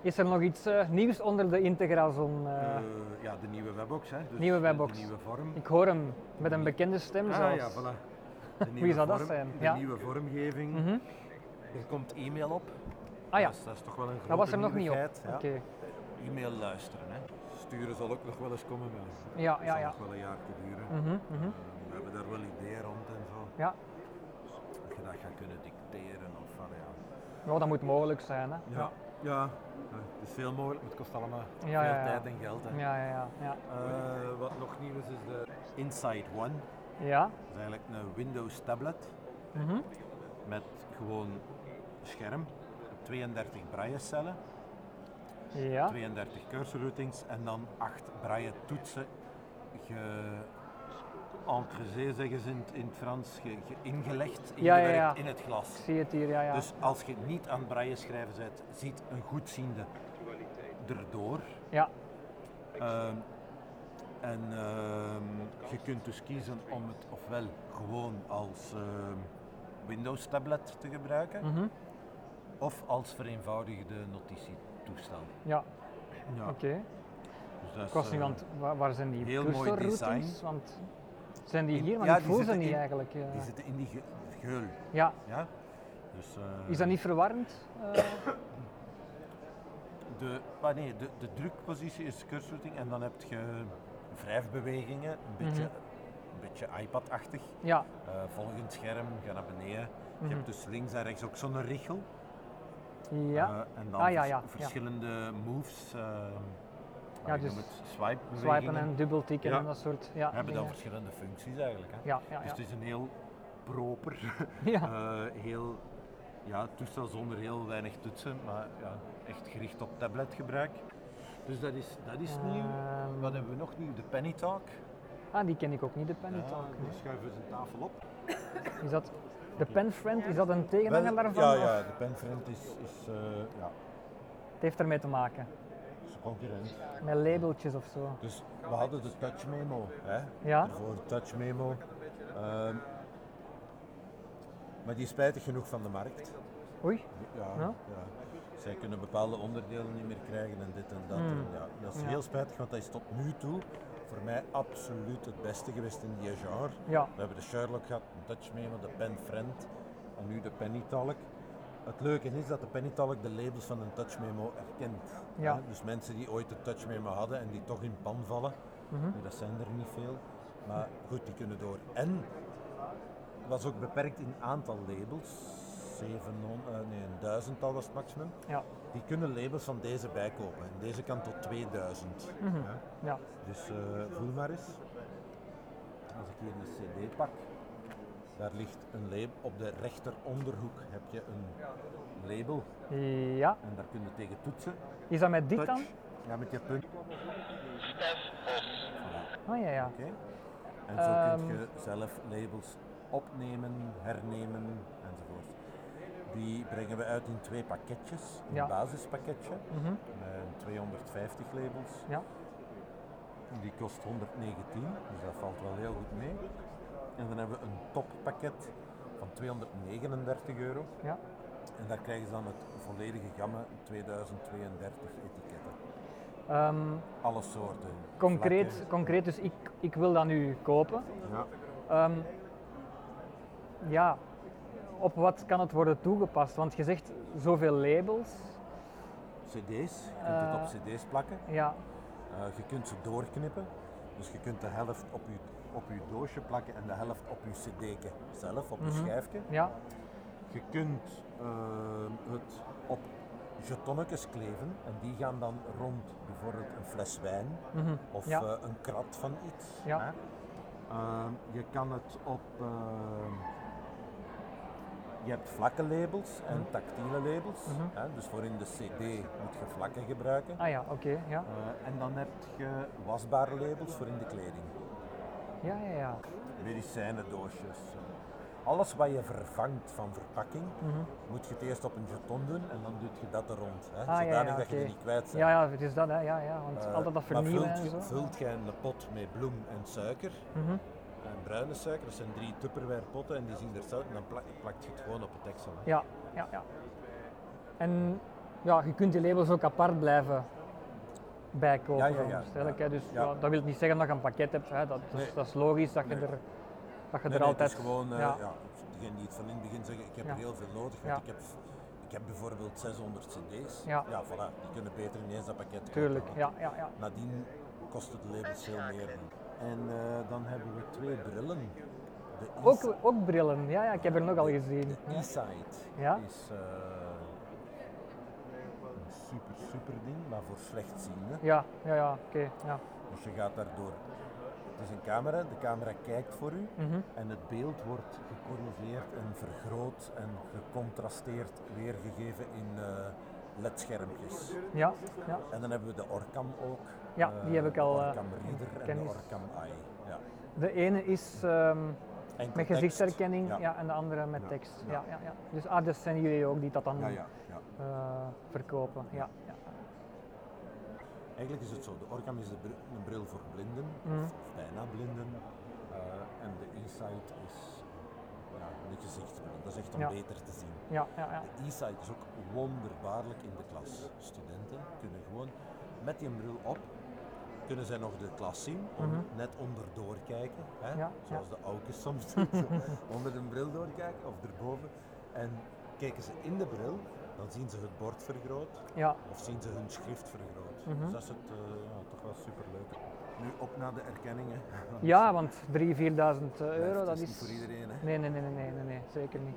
Is er nog iets eh, nieuws onder de Integrazon? eh? Eh, ja, de nieuwe webbox. Hè. Dus Nieuwe de- webbox. De nieuwe vorm. ik hoor hem met een bekende stem ah, zelfs. ja, voilà. De nieuwe zou dat vorm, zijn? De Ja. nieuwe vormgeving. Mhm. Er komt e-mail op. Ah ja, Dat, is, dat is toch wel een grote dat was er nog niet op. nieuwigheid, Oké, Ja. E-mail luisteren. Hè. Sturen zal ook nog wel eens komen, maar dat ja, ja, zal ja. nog wel een jaartje duren. Mhm, mhm. Eh, we hebben daar wel ideeën rond en zo. Ja, Dat je dat gaat kunnen dicteren of van ja. Nou, dat moet mogelijk zijn. Hè. Ja, ja. Eh, het is veel mogelijk, maar het kost allemaal veel ja, ja. tijd en geld. Hè. Ja, ja, ja. ja. Eh, wat nog nieuw is, is de Inside One. ja. Dat is eigenlijk een Windows tablet mhm. met gewoon scherm, 32 braille cellen, ja. 32 cursorroutings en dan 8 braille toetsen. Ge encrasé zeggen ze in, het- in het Frans, ge, ge- ingelegd, Ja, ja, ingewerkt ja. in het Ik glas. zie het hier, ja, ja. Dus als je niet aan het braille schrijven bent, ziet een goedziende erdoor. ja. Ehm, en ehm, je kunt dus kiezen om het ofwel gewoon als ehm, Windows-tablet te gebruiken, mhm. of als vereenvoudigde notitietoestel. ja. Ja, oké. dus dat Ik was is, niet, eh, want waar, waar zijn die heel mooi cursorroutings? design. Want zijn die In- hier? Want ja, ik die voel ze zitten niet in- eigenlijk. eh. Die zitten in die ge- geul. Ja, Ja? Dus, eh, is dat niet verwarrend? Eh, De, maar nee, de, de drukpositie is cursouting en dan heb je wrijfbewegingen, een Mhm. beetje, een beetje iPad-achtig. ja. Eh, volgend scherm, ga naar beneden. Je Mhm. hebt dus links en rechts ook zo'n richel. Ja. Eh, en dan Ah, ja, vers- ja, ja. verschillende moves. eh, ah, Ja, ik dus noem het swipe Swipen en dubbeltikken Ja. en dat soort. Ja, We hebben dan dingen. verschillende functies eigenlijk. Hè. Ja, ja, Dus ja. het is een heel proper, ja. eh, heel, ja, toestel zonder heel weinig toetsen, maar ja, echt gericht op tabletgebruik. Dus dat is, dat is nieuw. Ehm, Wat hebben we nog nieuw? De Penny Talk. Ah, die ken ik ook niet, de pen Ja, dus- talk. die schuiven ze een tafel op. Is dat de pen friend? Is dat een tegenhanger Wel, daarvan? Ja, of- ja, de penfriend is, is eh, ja, Het heeft ermee te maken. is een concurrent. Met labeltjes of zo. Dus we hadden de touch memo, hè? Ja. Voor touch memo. Ehm, maar die is spijtig genoeg van de markt. Oei. Ja, Ja? ja. Zij kunnen bepaalde onderdelen niet meer krijgen en dit en dat. Hmm. En ja, dat is Ja. heel spijtig, want dat is tot nu toe voor mij absoluut het beste geweest in die genre. Ja. We hebben de Sherlock gehad, de Dutch Memo, de Pen Friend en nu de Penny Talk. Het leuke is dat de Penny Talk de labels van een Touch Memo erkent. Ja. Hè? Dus mensen die ooit de Touch Memo hadden en die toch in pan vallen, Mhm. nu, dat zijn er niet veel, maar goed, die kunnen door. En het was ook beperkt in aantal labels, 700, eh, nee, een duizendtal was het maximum. Ja. Die kunnen labels van deze bijkopen en deze kan tot 2000. Mhm. Ja. Ja. Dus eh, voel maar eens. Als ik hier een CD pak, daar ligt een label. Op de rechteronderhoek heb je een label ja. en daar kun je tegen toetsen. Is dat met dit Touch. dan? Ja, met je punt. Oh ja, ja. Oké. En zo Ehm. kun je zelf labels opnemen, hernemen enzovoort. Die brengen we uit in twee pakketjes. Een Ja. basispakketje Mhm. met 250 Eh, labels. Ja. Die kost 119, dus dat valt wel heel goed mee. En dan hebben we een toppakket van 239 euro. ja. En daar krijgen ze dan het volledige gamme 2032 etiketten. Ehm, Alle soorten. concreet, concreet, dus ik, ik wil dat nu kopen. Vlakken. Ja. Ehm, ja, op wat kan het worden toegepast? Want je zegt zoveel labels. CD's, je kunt het Eh. op CD's plakken. Ja, Eh, je kunt ze doorknippen. Dus je kunt de helft op je, op je doosje plakken en de helft op je cd'ke zelf, op je Mhm. schijfje. ja, Je kunt eh, het op jetonnetjes kleven en die gaan dan rond bijvoorbeeld een fles wijn mhm, of Ja. eh, een krat van iets. Ja. hè. Eh, je kan het op... eh, je hebt vlakke labels en tactiele labels. Mhm. hè. Dus voor in de cd moet je vlakken gebruiken. Ah ja, oké, ja. Eh, en dan heb je wasbare labels voor in de kleding. Ja, ja, ja. Medicijnendoosjes. eh. Alles wat je vervangt van verpakking, Mhm. moet je het eerst op een jeton doen en dan doe je dat er rond. Hè? Ah, ja, Zodanig ja, dat je oké. het niet kwijt bent. Ja, ja, het is dat, hè. Ja, ja, want Eh, altijd dat maar vernieuwen en vult, zo. Vult jij een pot met bloem en suiker Mhm. en bruine suiker, dat zijn drie Tupperware potten en die zien er zout en dan plak, plakt je het gewoon op het deksel. hè. Ja, ja, ja. En Ja, je kunt die labels ook apart blijven bijkopen, Ja, ja, ja. veronderstel ik, hè. Dus Ja. ja, dat wil niet zeggen dat je een pakket hebt. Hè. Dat, is, Nee. dat is logisch dat je Nee. er, dat je Nee, er nee, altijd... Het is gewoon, eh, ja. ja. degene die het van in het begin zeggen, ik heb Ja. er heel veel nodig, want Ja. ik, heb, ik heb bijvoorbeeld 600 cd's. Ja. voilà, die kunnen beter ineens dat pakket kopen, Tuurlijk, want ja, ja, ja. Nadien kost het labels veel meer. En eh, dan hebben we twee brillen. De East- Ook, ook brillen, ja, ja, ik heb er nogal gezien. de E-Side Ja? is eh, een super, super ding, maar voor slechtzienden. Ja, ja, ja, oké, ja. Dus je gaat daardoor. Het is een camera, de camera kijkt voor u Mhm. en het beeld wordt gecorrigeerd en vergroot en gecontrasteerd weergegeven in eh ledschermpjes. Ja, ja. En dan hebben we de Orcam ook. Ja, eh, die heb ik al, De eh, Orcam Reader en de kennis. Orcam Eye. Ja. De ene is ehm, Enkel met tekst. gezichtsherkenning Ja. ja, en de andere met Ja, tekst. ja. Ja, ja, ja. Dus ah, dat zijn jullie ook die dat dan Ja, ja, ja. eh, verkopen. Ja, ja. Eigenlijk is het zo, de Orcam is de bril- een bril voor blinden, Mhm. of, of bijna blinden. eh, en de Insight is ja, een gezichtsbril, dat is echt om Ja. beter te zien. ja, ja, ja. De e-site is ook wonderbaarlijk in de klas. Studenten kunnen gewoon met die bril op, kunnen zij nog de klas zien, on- Mhm. net onderdoor kijken, hè? Ja, zoals de auken soms doen, zo, onder de bril doorkijken of erboven. En kijken ze in de bril, dan zien ze het bord vergroot ja. of zien ze hun schrift vergroot. Mhm. Dus dat is het, eh, ja, toch wel superleuk. Nu op naar de erkenningen. Ja, want 3.000, 4.000 euro, dat is is... niet voor iedereen, hè? Nee, nee, nee, nee, nee, nee, nee, zeker niet.